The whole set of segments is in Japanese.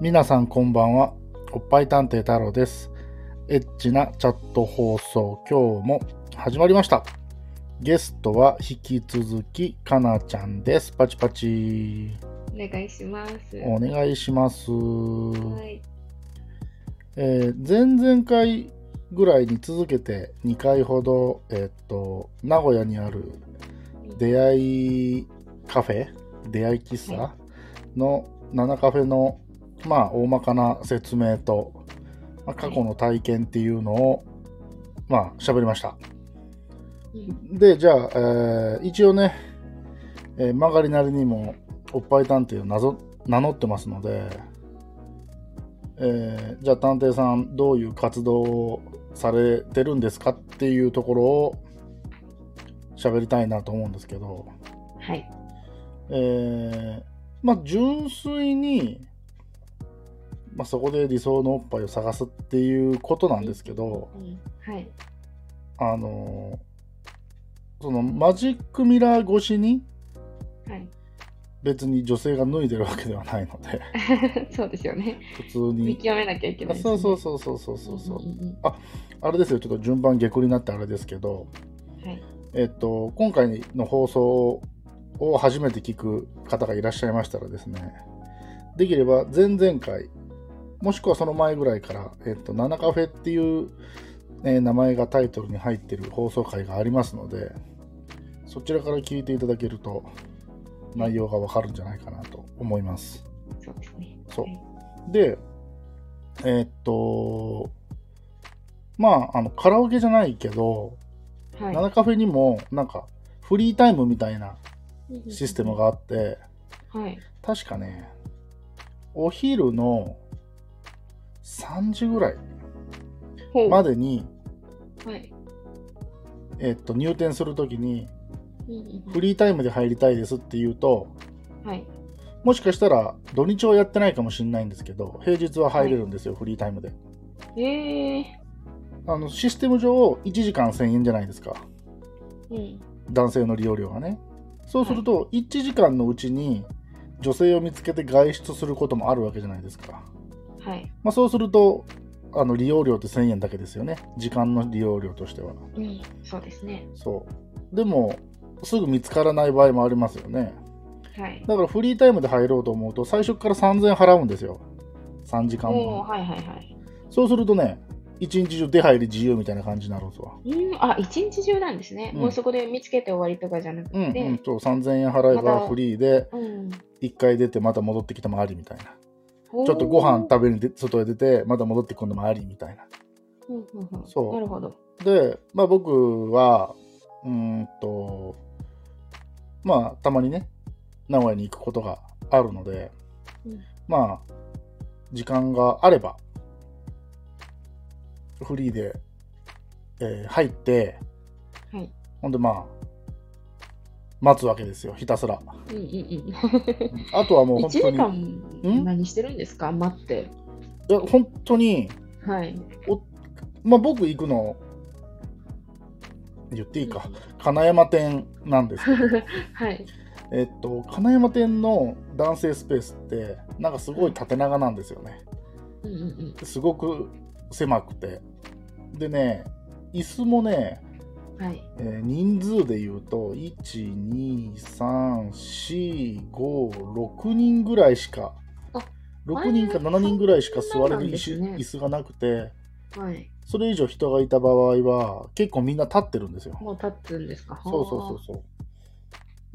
皆さんこんばんは。おっぱい探偵太郎です。エッチなチャット放送、今日も始まりました。ゲストは引き続き、かなちゃんです。パチパチ。お願いします。お願いします。はい。えー前々回ぐらいに続けて2回ほど、えっと、名古屋にある出会いカフェ出会い喫茶はの7カフェの、まあ、大まかな説明と、まあ過去の体験っていうのを、まあ、喋りました。うんで、じゃあ、えー一応ね、えー曲がりなりにも、おっぱい探偵をなぞ名乗ってますので、えーじゃあ探偵さん、どういう活動をされてるんですかっていうところを喋りたいなと思うんですけど、はい。えーまあ、純粋に、まあ、そこで理想のおっぱいを探すっていうことなんですけど、うんはい。あのそのマジックミラー越しにはい。別に女性が脱いでるわけではないので そうですよね。普通見に極めなきゃいけあない、そうそうそうそうそうそうそうんんあれですよちょっと順番逆になってあれですけどうんはい。えっと今回の放送を初めて聞く方がいらっしゃいましたらですねできれば前々回もしくはその前ぐらいから「えっと、7カフェ」っていう、えー名前がタイトルに入ってる放送回がありますのでそちらから聞いていただけると内容がわかるんじゃないかなと思います。そうですね。そうはいで、えーっと、まあ、あの、カラオケじゃないけど、はい。ナナカフェにも、なんか、フリータイムみたいなうんうんうんシステム。があって、はい。確かね、お昼の3時ぐらいほう。までに、はい。えーっと、入店するときに、うんうんフリータイムで入りたいですって言うと、うんはい。もしかしたら、土日はやってないかもしれないんですけど、平日は入れるんですよ、フリータイムで。ええあの、システム上、1時間1000円じゃないですか。ー。うん。男性の利用料がねそうすると1時間のうちに女性を見つけて外出することもあるわけじゃないですか、はい。まあ、そうするとあの利用料って1000円だけですよね時間の利用料としてはうん。そうですね。そうでもすぐ見つからない場合もありますよねはい。だからフリータイムで入ろうと思うと最初から3000円払うんですよ3時間おお分はいはいはい。そうするとね一日中出入り自由みたいな感じになるんですわうん、あ、一日中なんですね、うんもうそこで見つけて終わりとかじゃなくて。うんうんそう3000円払えまばたフリーでうん1回出てまた戻ってきてもありみたいなほうちょっとご飯食べに出外へ出て、まだ戻ってくるのもありみたいな。うんうんうんそうなるほど。で、まあ僕は、うーんと、まあたまにね、名古屋に行くことがあるので、うんまあ、時間があれば、フリーで、えー入って、はいほんでまあ、待つわけですよ、ひた すら。うんうんうん。あとはもう1本時当に、ん間何してるんですか待って。いや本当に、はい。まあ僕行くの、言っていいか。金山店なんですけど はい。えっと金山店の男性スペースってなんかすごい縦長なんですよねうんうんうん。すごく狭くてでね椅子もね、はい。えー人数で言うと12345人ぐらいしかあ6人か7人ぐらいしか座れる椅そ子,、うなんですね椅子がなくてはい。それ以上人がいた場合は結構みんな立ってるんですよもう立つんですかそうそうそうそう。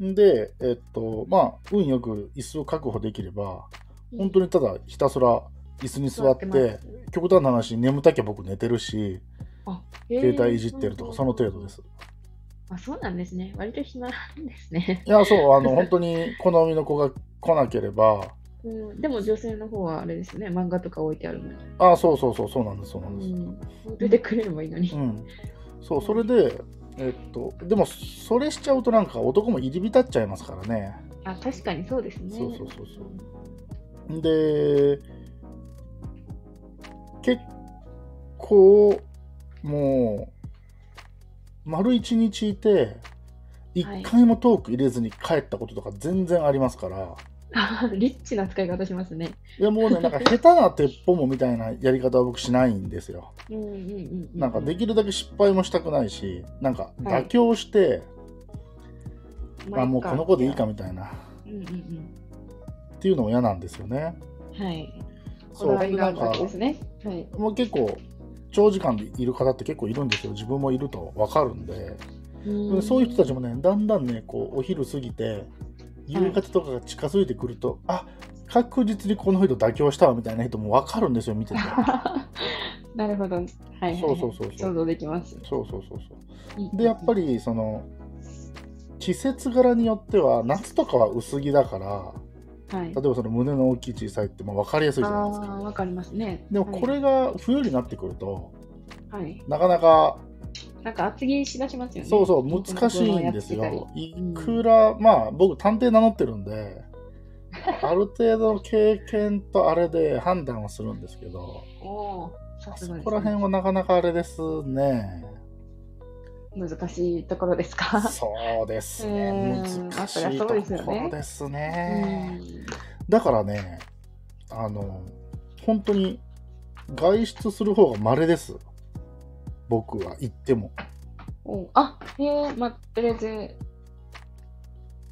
んで、えっと、まあ、運よく椅子を確保できれば、本当ににただひたすら椅子に座って、極端な話、眠たきゃ僕寝てるし、携帯いじってるとか、その程度で。へす。ーあ、そうなんですね。割と暇なんですね。 いや、そう、あの、本当に好みの子が来なければ、うん、でも女性の方はあれですね、漫画とか置いてあるのに。あそうそうそう、そうなんです、そうなんです。うん、出てくれればいいのに。うん。そう、それで、えっと、でも、それしちゃうとなんか男も入り浸っちゃいますからね。あ、確かにそうですね。そうそうそうそう。で結構もう丸一日いて一回もトーク入れずに帰ったこととか全然ありますから、リッチな使い方しますね。いやもうね、 なんか下手な鉄砲もみたいなやり方は僕しないんですよ。うんうんうんうなんかできるだけ失敗もしたくないし、なんか妥協して、まあもうこの子でいいか。みたいな、うんうんっていうのも嫌なんですよね。うん。はい。こそだう、わりでがなあんるかわけ、ですね。はい。もう結構、長時間でいる方って結構いるんですよ。自分もいると分かるんで。うんそういう人たちもね、だんだんね、こう、お昼過ぎて、夕方とかが近づいてくると、あ確実にこの人妥協したわみたいな人も分かるんですよ、見 てて。 なるほど。はいはい、はい。そうそうそうそう想像できます。そうそうそうそう。で、やっぱり、その、季節柄によっては、夏とかは薄着だから、り、はい、例えばその胸の大きい小さいって、まあ、分かりやすいじゃないですああ、か。わかりますね。でもこれが冬になってくると、はい、はいなかなかなんか厚着しだしますよね。そうそう、難しいんですやってよ。いりくら、まあ、僕、探偵名乗ってるん で、ある程度の経験とあれで判断をするんですけど、たり。おお、さあすそがです、こら辺はなかなかあれです ね。難しいところですか。そうですうね。ーん難しいとあそりゃそうですよねころですね。うだからね、あの、本当に外出する方が稀です。僕は行っても。んおあ、えー、まあ、とりあえず、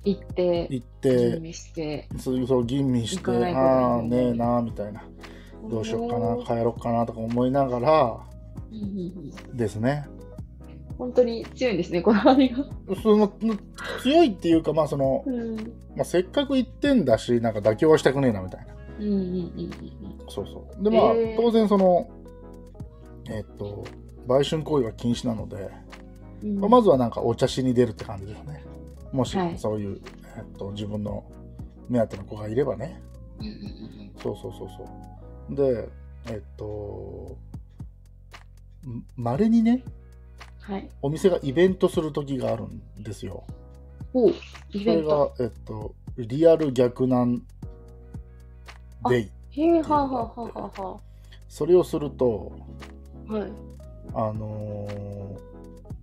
行って、行って、準備して、そうそう吟味して、行かないことにああ、ねえな、みたいな。どうしようかな、おー帰ろうかなとか思いながらうんうんうんですね。本当に強いんですね、こだわりが。その強いっていうか、まあそのうんうんまあ、せっかく行ってんだし、なんか妥協はしたくねえなみたいな。うんうんうんそうそう。で、まあ、えー当然その、えっと、売春行為は禁止なので、うん。まあまずはなんかお茶しに出るって感じですね。もしはいそういう、えっと、自分の目当ての子がいればね。うんうんうんそうそうそうそう。で、えっと、まれにね、はい。お店がイベントする時があるんですよ。おうイそベれント。が、えっと、リアル逆難デイ。へえ、はあはあはあはあはそれをすると、あ。はい。あの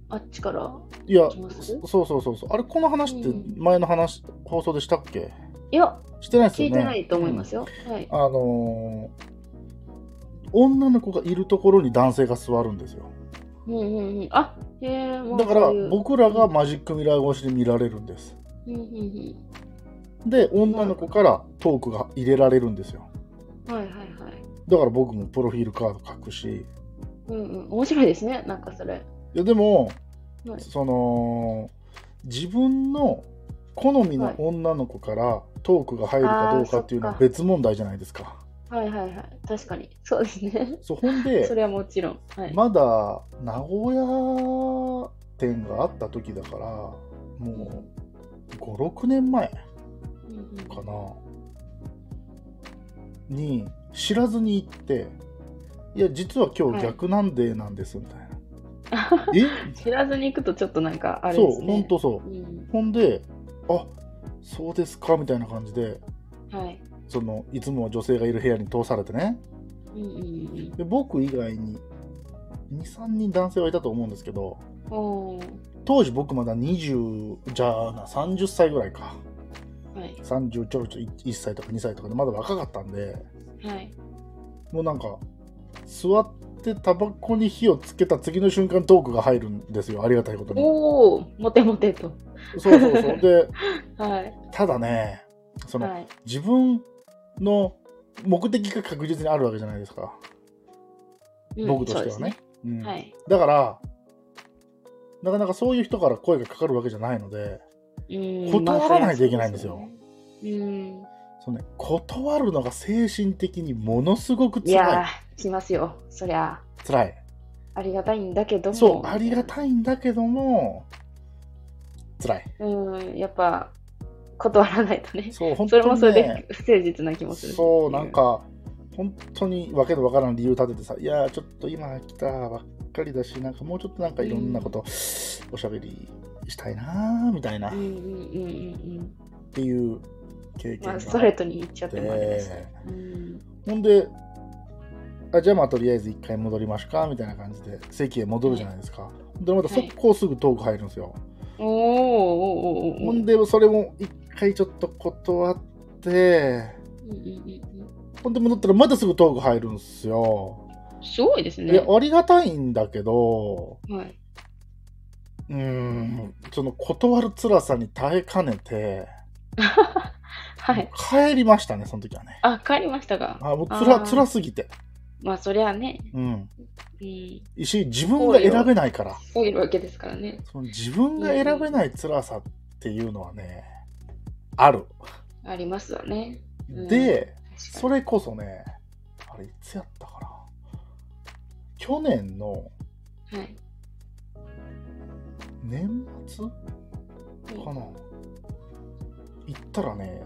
あっちからーいや行き、ますそうそうそうそう。あれ、この話ってうん前の話、放送でしたっけいや、してないです聞よいね。てないと思いますよ。はい。うん。あのー女の子がいるところに男性が座るんですよ。うんうんうん。あ、へえ、もうだからそういう、僕らがマジックミラー越しで見られるんです。うんうんで、女の子からトークが入れられるんですよ。うん。はいはいはい。だから僕もプロフィールカード書くし、うんうん。面白いですね、なんかそれ。いやでも、はいその自分の好みの女の子からトークが入るかどうかっていうのはあー別問題じゃないですか。はいはいはい。確かに。そうですね。そうほん そでれはもちろん。はい。まだ名古屋店があった時だからもう56年前うんうんかなに知らずに行って「いや実は今日逆なんでなんです」みたい な「え知らずに行くとちょっとなんかあれでそうすね。ほんとそう」うん。ほんで、あそうですかみたいな感じで、はい。そのいつも女性がいる部屋に通されてね、うんうんうんで僕以外に2、3人男性はいたと思うんですけど、うん。おー当時僕まだ20、じゃあな、30歳ぐらいか、はい。 30ちょろちょろ 1, 歳とか2歳とかで、まだ若かったんで、はい。もうなんか、座ってタバコに火をつけた次の瞬間、トークが入るんですよ、ありがたいことに。おお、モテモテと。そうそうそう。で、はい。ただね、その、はい。自分の目的が確実にあるわけじゃないですか、うん僕としてそはねうですうんねはい。だからなかなかそういう人から声がかかるわけじゃないのでうん断らないといけないんですよ。まあそうですよねうん。その、ね、断るのが精神的にものすごくいや辛ー、来ますよ。そりゃ、い辛いありがたいんだけども。そうありがたいんだけども辛いうん、やっぱ、断らないとね。 そう本それ当もにそれでね不誠実な気もする。そうなん。か本当にわけのわからん理由立ててさいやーちょっと今来たばっかりだしなんかもうちょっとなんかいろんなことおしゃべりしたいなーみたいな、うんうっんうんうんていう経験うん。まがああ、っスてトレートに言っちゃってもあれです。うん。ほんであじゃあまあとりあえず一回戻りますかみたいな感じで席へ戻るじゃないですか、ほんでまた速攻すぐトーク入るんですよ、おーおーおーおーほんでそれも一回ちょっと断ってて、うんうんうんうんほんで戻ったらまたすぐトーク入るんすよ。すごいですいね。や、ありがたいんだけど、はい。うーん、その断る辛さに耐えかねて、はい。帰りましたね、その時はね。あ、帰りましたが。あもうつらあー辛すぎて。まあ、そりゃね、うん。うん、石井自分が選べないから。そういうわけですからね。その自分が選べない辛さっていうのはね、ある。ありますわね。うんで、確かそれこそね、あれいつやったかな。去年のに。はい。年末うんかな。行ったらね、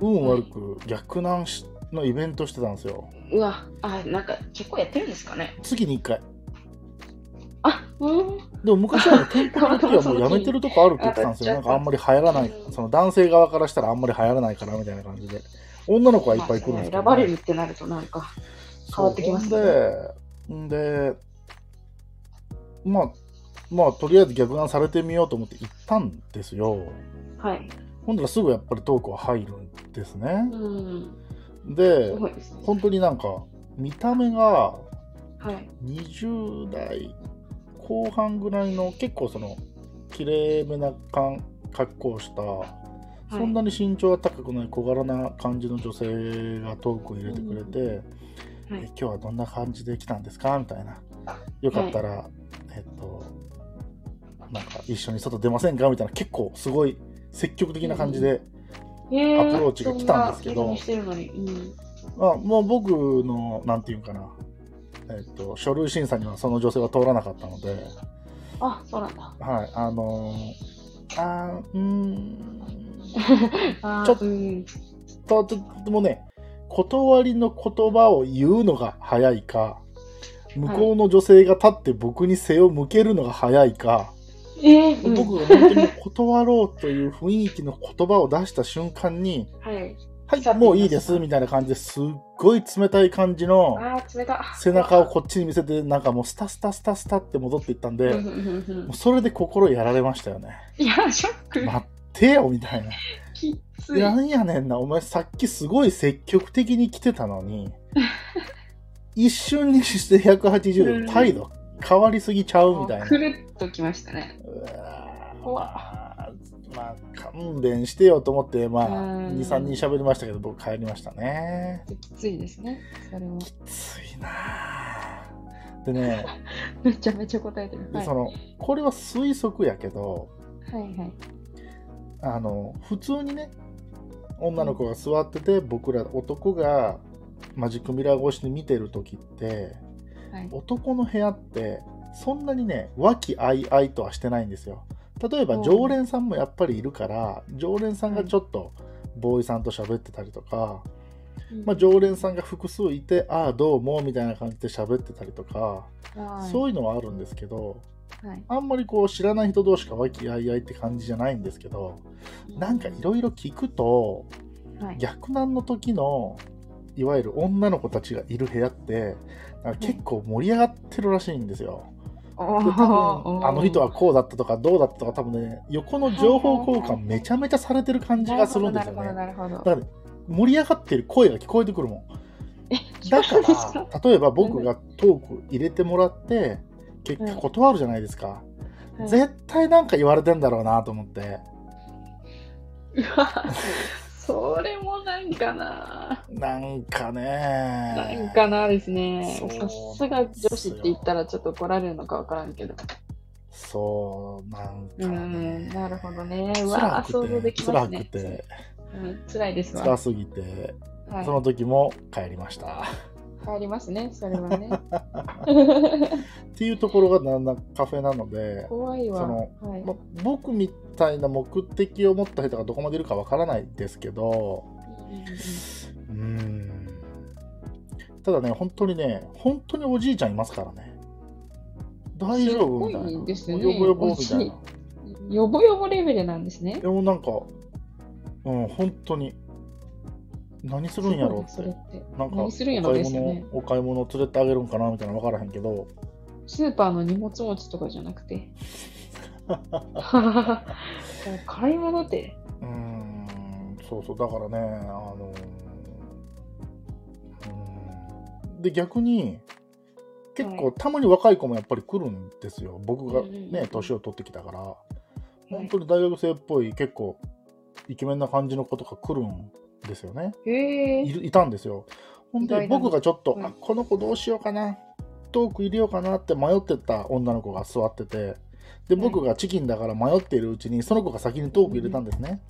運悪く逆難しのイベントしてたんですよ。うわ、あ、なんか結構やってるんですかね。月に1回。あ、うん。でも昔 はね、店舗の時はもうやめてるとこあるって言ってたんですよ。なんかあんまり流行らない、その男性側からしたらあんまり流行らないからみたいな感じで。女の子はいっぱい来るんですけどね、まあ選ばれるってなるとなんか。変わってきますねそうほんで、んで、まあ、まあ、とりあえず逆眼されてみようと思って行ったんですよ。はい。ほんだらすぐやっぱりトークは入るんですね。うん。すで、ごいですね。本当になんか、見た目がはい。 20代後半ぐらいの結構その、きれいめな感格好をした、そんなに身長は高くない小柄な感じの女性がトークを入れてくれて、はいえ今日はどんな感じで来たんですかみたいな。よかったら、えっと、なんか一緒に外出ませんかみたいな、結構すごい積極的な感じで、えアプローチが来たんですけどそな気にしてるのに、うん、まあ、もう僕の、なんていうんかな、えっと、書類審査にはその女性は通らなかったので、あ、そうなんだ。はい、あのー、あーうーん、あーちょっとうん、と、ちょっともうね、断りの言葉を言うのが早いか、向こうの女性が立って僕に背を向けるのが早いか、えー、うん、僕が本当に断ろうという雰囲気の言葉を出した瞬間に、はい。はい、もういいです、みたいな感じですっごい冷たい感じのあー冷たい。背中をこっちに見せて、なんかもうスタスタスタスタって戻っていったんで、うんもうんうんうんうそれで心やられましたよね。いや、ショック。待ってよ、みたいな。きつい。なんやねんな、お前さっきすごい積極的に来てたのに、一瞬にして180うん度態度変わりすぎちゃうみたいな。くるっときましたね。うわー怖まあ、勘弁してよと思って、まあ、うん2、3人喋りましたけど、僕帰りましたね。きついですね。それも。きついなぁでね、めちゃめちゃ答えてる。ではい。その、これは推測やけど、はいはい。あの、普通にね、女の子が座ってて、僕ら男がマジックミラー越しに見てる時って、はい、男の部屋ってそんなにね和気あいあいとはしてないんですよ例えばうん常連さんもやっぱりいるから常連さんがちょっとボーイさんと喋ってたりとか、まあ、常連さんが複数いてああどうもみたいな感じで喋ってたりとか、はい、そういうのはあるんですけどはい、あんまりこう知らない人同士が和気あいあいって感じじゃないんですけどなんかいろいろ聞くとはい、逆難の時のいわゆる女の子たちがいる部屋ってなんか結構盛り上がってるらしいんですよ。おでー多分あの人ははこうだったとかどうだったとか多分ね横の情報交換めちゃめちゃされてる感じがするんですよねなるほどなるほどなるだほど。からね盛り上がってる声が聞こえてくるもんえ、だかそうです から例えば僕がトーク入れてもらって結果断るじゃないですか、はい絶対なんか言われてんだろうなと思ってうわそれもなんかな。なんかねなんかなですねそう。さすが女子って言ったらちょっと怒られるのかわからんけど。そうなんうかん、ねなるほどね。う辛わくて想像できますね。辛くてうん、辛いです辛わ。すぎてはいその時も帰りました、帰りますね、それは ね。っていうところがなんだカフェなので、怖いわ。そのはい、ま、僕みたいな目的を持った人がどこまでいるかわからないですけどうーんただね本当にね本当におじいちゃんいますからね大丈夫みたいなすごいですねもうよぼよぼみたいおじないよぼよぼレベルなんですね。でもなんかうん本当に何するんやろうっすてごいねそれってなんかお何するん買い物、やろですよね。お買い物連れてあげるんかなみたいなの分からへんけどスーパーの荷物持ちとかじゃなく て。買い物って。うーん、そそうそうだからねあのうんで逆に結構たまに若い子もやっぱり来るんですよ僕がうんうんうんね年を取ってきたからはい本当に大学生っぽい結構イケメンな感じの子とか来るんですよねへいえ。るいたんですよほん意で外だな僕がちょっと、うんあこの子どうしようかな遠く入れようかなって迷ってた女の子が座っててで僕がチキンだから迷っているうちにその子が先にトーク入れたんですね、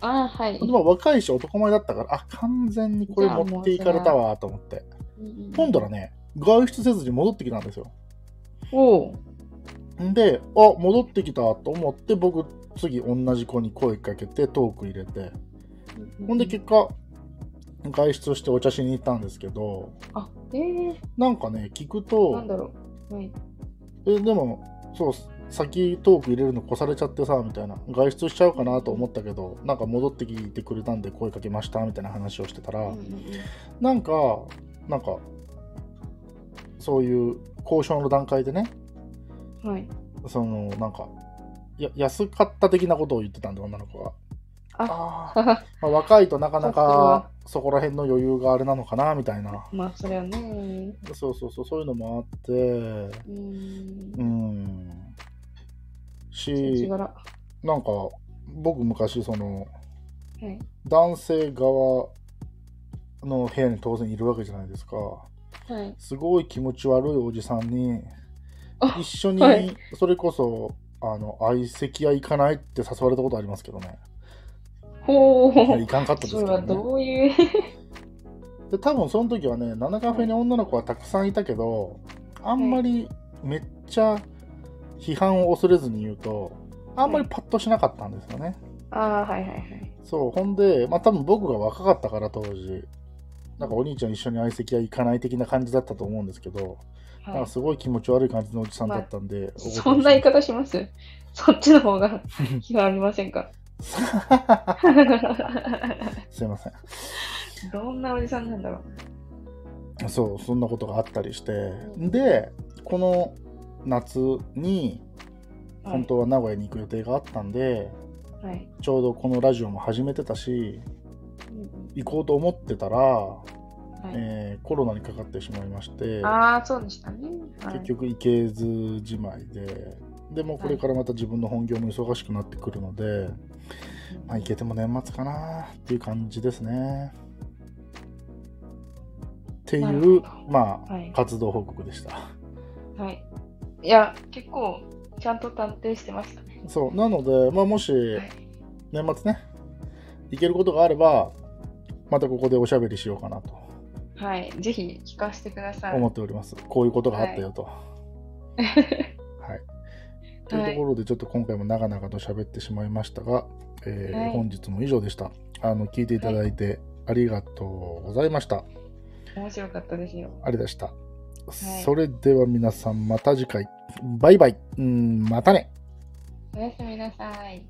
あーはい。でも若いし男前だったからあ完全にこれじゃあもう持っていかれたわと思ってほんだらね外出せずに戻ってきたんですよおお。んであ戻ってきたと思って僕次同じ子に声かけてトーク入れてほんで結果外出してお茶しに行ったんですけどあええ。なんかね聞くなんとだろう。はい。えでもそう先トーク入れるの越されちゃってさみたいな外出しちゃうかなと思ったけどなんか戻ってきてくれたんで声かけましたみたいな話をしてたら、うんうんうんなんかなんかそういう交渉の段階でねはい。そのなんかや安かった的なことを言ってたんで女の子が。あ ーまあ若いとなかなかそこら辺の余裕があれなのかなみたいなまあそれはね。そうそうそうそういうのもあってうーんう。ん土し柄。はなんか僕昔そのい。男性側の部屋に当然いるわけじゃないですかはい。すごい気持ち悪いおじさんにあ一緒はにいそれこそあの相席屋行かないって誘われたことありますけどねほう。行かんかったですそけれどはねどういう。で多分その時はね7カフェに女の子はたくさんいたけどあんまりめっちゃ批判を恐れずに言うとあんまりパッとしなかったんですよねああはいはいはい。そうほんでまあ多分僕が若かったから当時なんかお兄ちゃん一緒に相席屋行かない的な感じだったと思うんですけど、はいなんかすごい気持ち悪い感じのおじさんだったんで、そんな言い方しますそっちの方 が気がありませんか すいませんどんなおじさんなんだろうそうそんなことがあったりして、でこの夏にはい本当は名古屋に行く予定があったんで、はい。ちょうどこのラジオも始めてたしうん行こうと思ってたら、うんはいえーコロナにかかってしまいましてああ、そうでしたね。はい結局行けずじまいででもうこれからまた自分の本業も忙しくなってくるので、まあ、行けても年末かなっていう感じですね。っていなるほうどまあ、はい活動報告でした。はい。いや、結構、ちゃんと探偵してましたね。そうなので、まあ、もしはい年末ね行けることがあればまたここでおしゃべりしようかなとはい。ぜひ聞かせてください。思っております。こういうことがあったよと。はいというところでちょっと今回も長々と喋ってしまいましたが、えーはい本日も以上でした。あの聞いていただいてありがとうございました。面白かったですよ。あれでした。いそれでは皆さんまた次回。バイバイ。うん、またね。おやすみなさい。